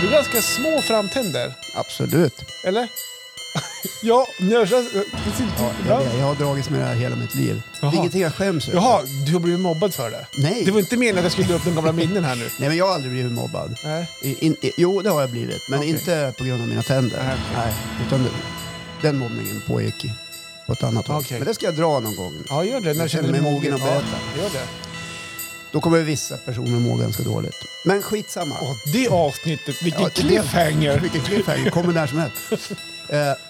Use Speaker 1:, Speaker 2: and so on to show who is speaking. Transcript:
Speaker 1: Du har ganska små framtänder.
Speaker 2: Absolut.
Speaker 1: Eller? ja, njörsas... Precis. Ja,
Speaker 2: Jag, jag har dragits med det här hela mitt liv.
Speaker 1: Jaha.
Speaker 2: Det är ingenting jag skäms över.
Speaker 1: Jaha, du har blivit mobbad för det?
Speaker 2: Nej.
Speaker 1: Det var inte meningen att jag skulle dra upp de gamla minnen här nu.
Speaker 2: Nej, men jag har aldrig blivit mobbad.
Speaker 1: Nej.
Speaker 2: I- In, i, jo, det har jag blivit, men
Speaker 1: Äh. Okej.
Speaker 2: inte på grund av mina tänder.
Speaker 1: Nej, okej.
Speaker 2: Nej, utan det, den mobbningen pågick i- på ett annat håll.
Speaker 1: Okej.
Speaker 2: Men det ska jag dra någon gång.
Speaker 1: Ja, gör det. När
Speaker 2: Jag
Speaker 1: du känner
Speaker 2: känner
Speaker 1: dig
Speaker 2: mig
Speaker 1: mogen.
Speaker 2: mogen att
Speaker 1: Ja,
Speaker 2: berätta.
Speaker 1: gör det.
Speaker 2: Då kommer vissa personer må ganska dåligt. Men skitsamma.
Speaker 1: Åh, det avsnittet, vilken
Speaker 2: Ja, det-
Speaker 1: cliffhanger!
Speaker 2: Vilken cliffhanger. Kommer när som helst. Eh,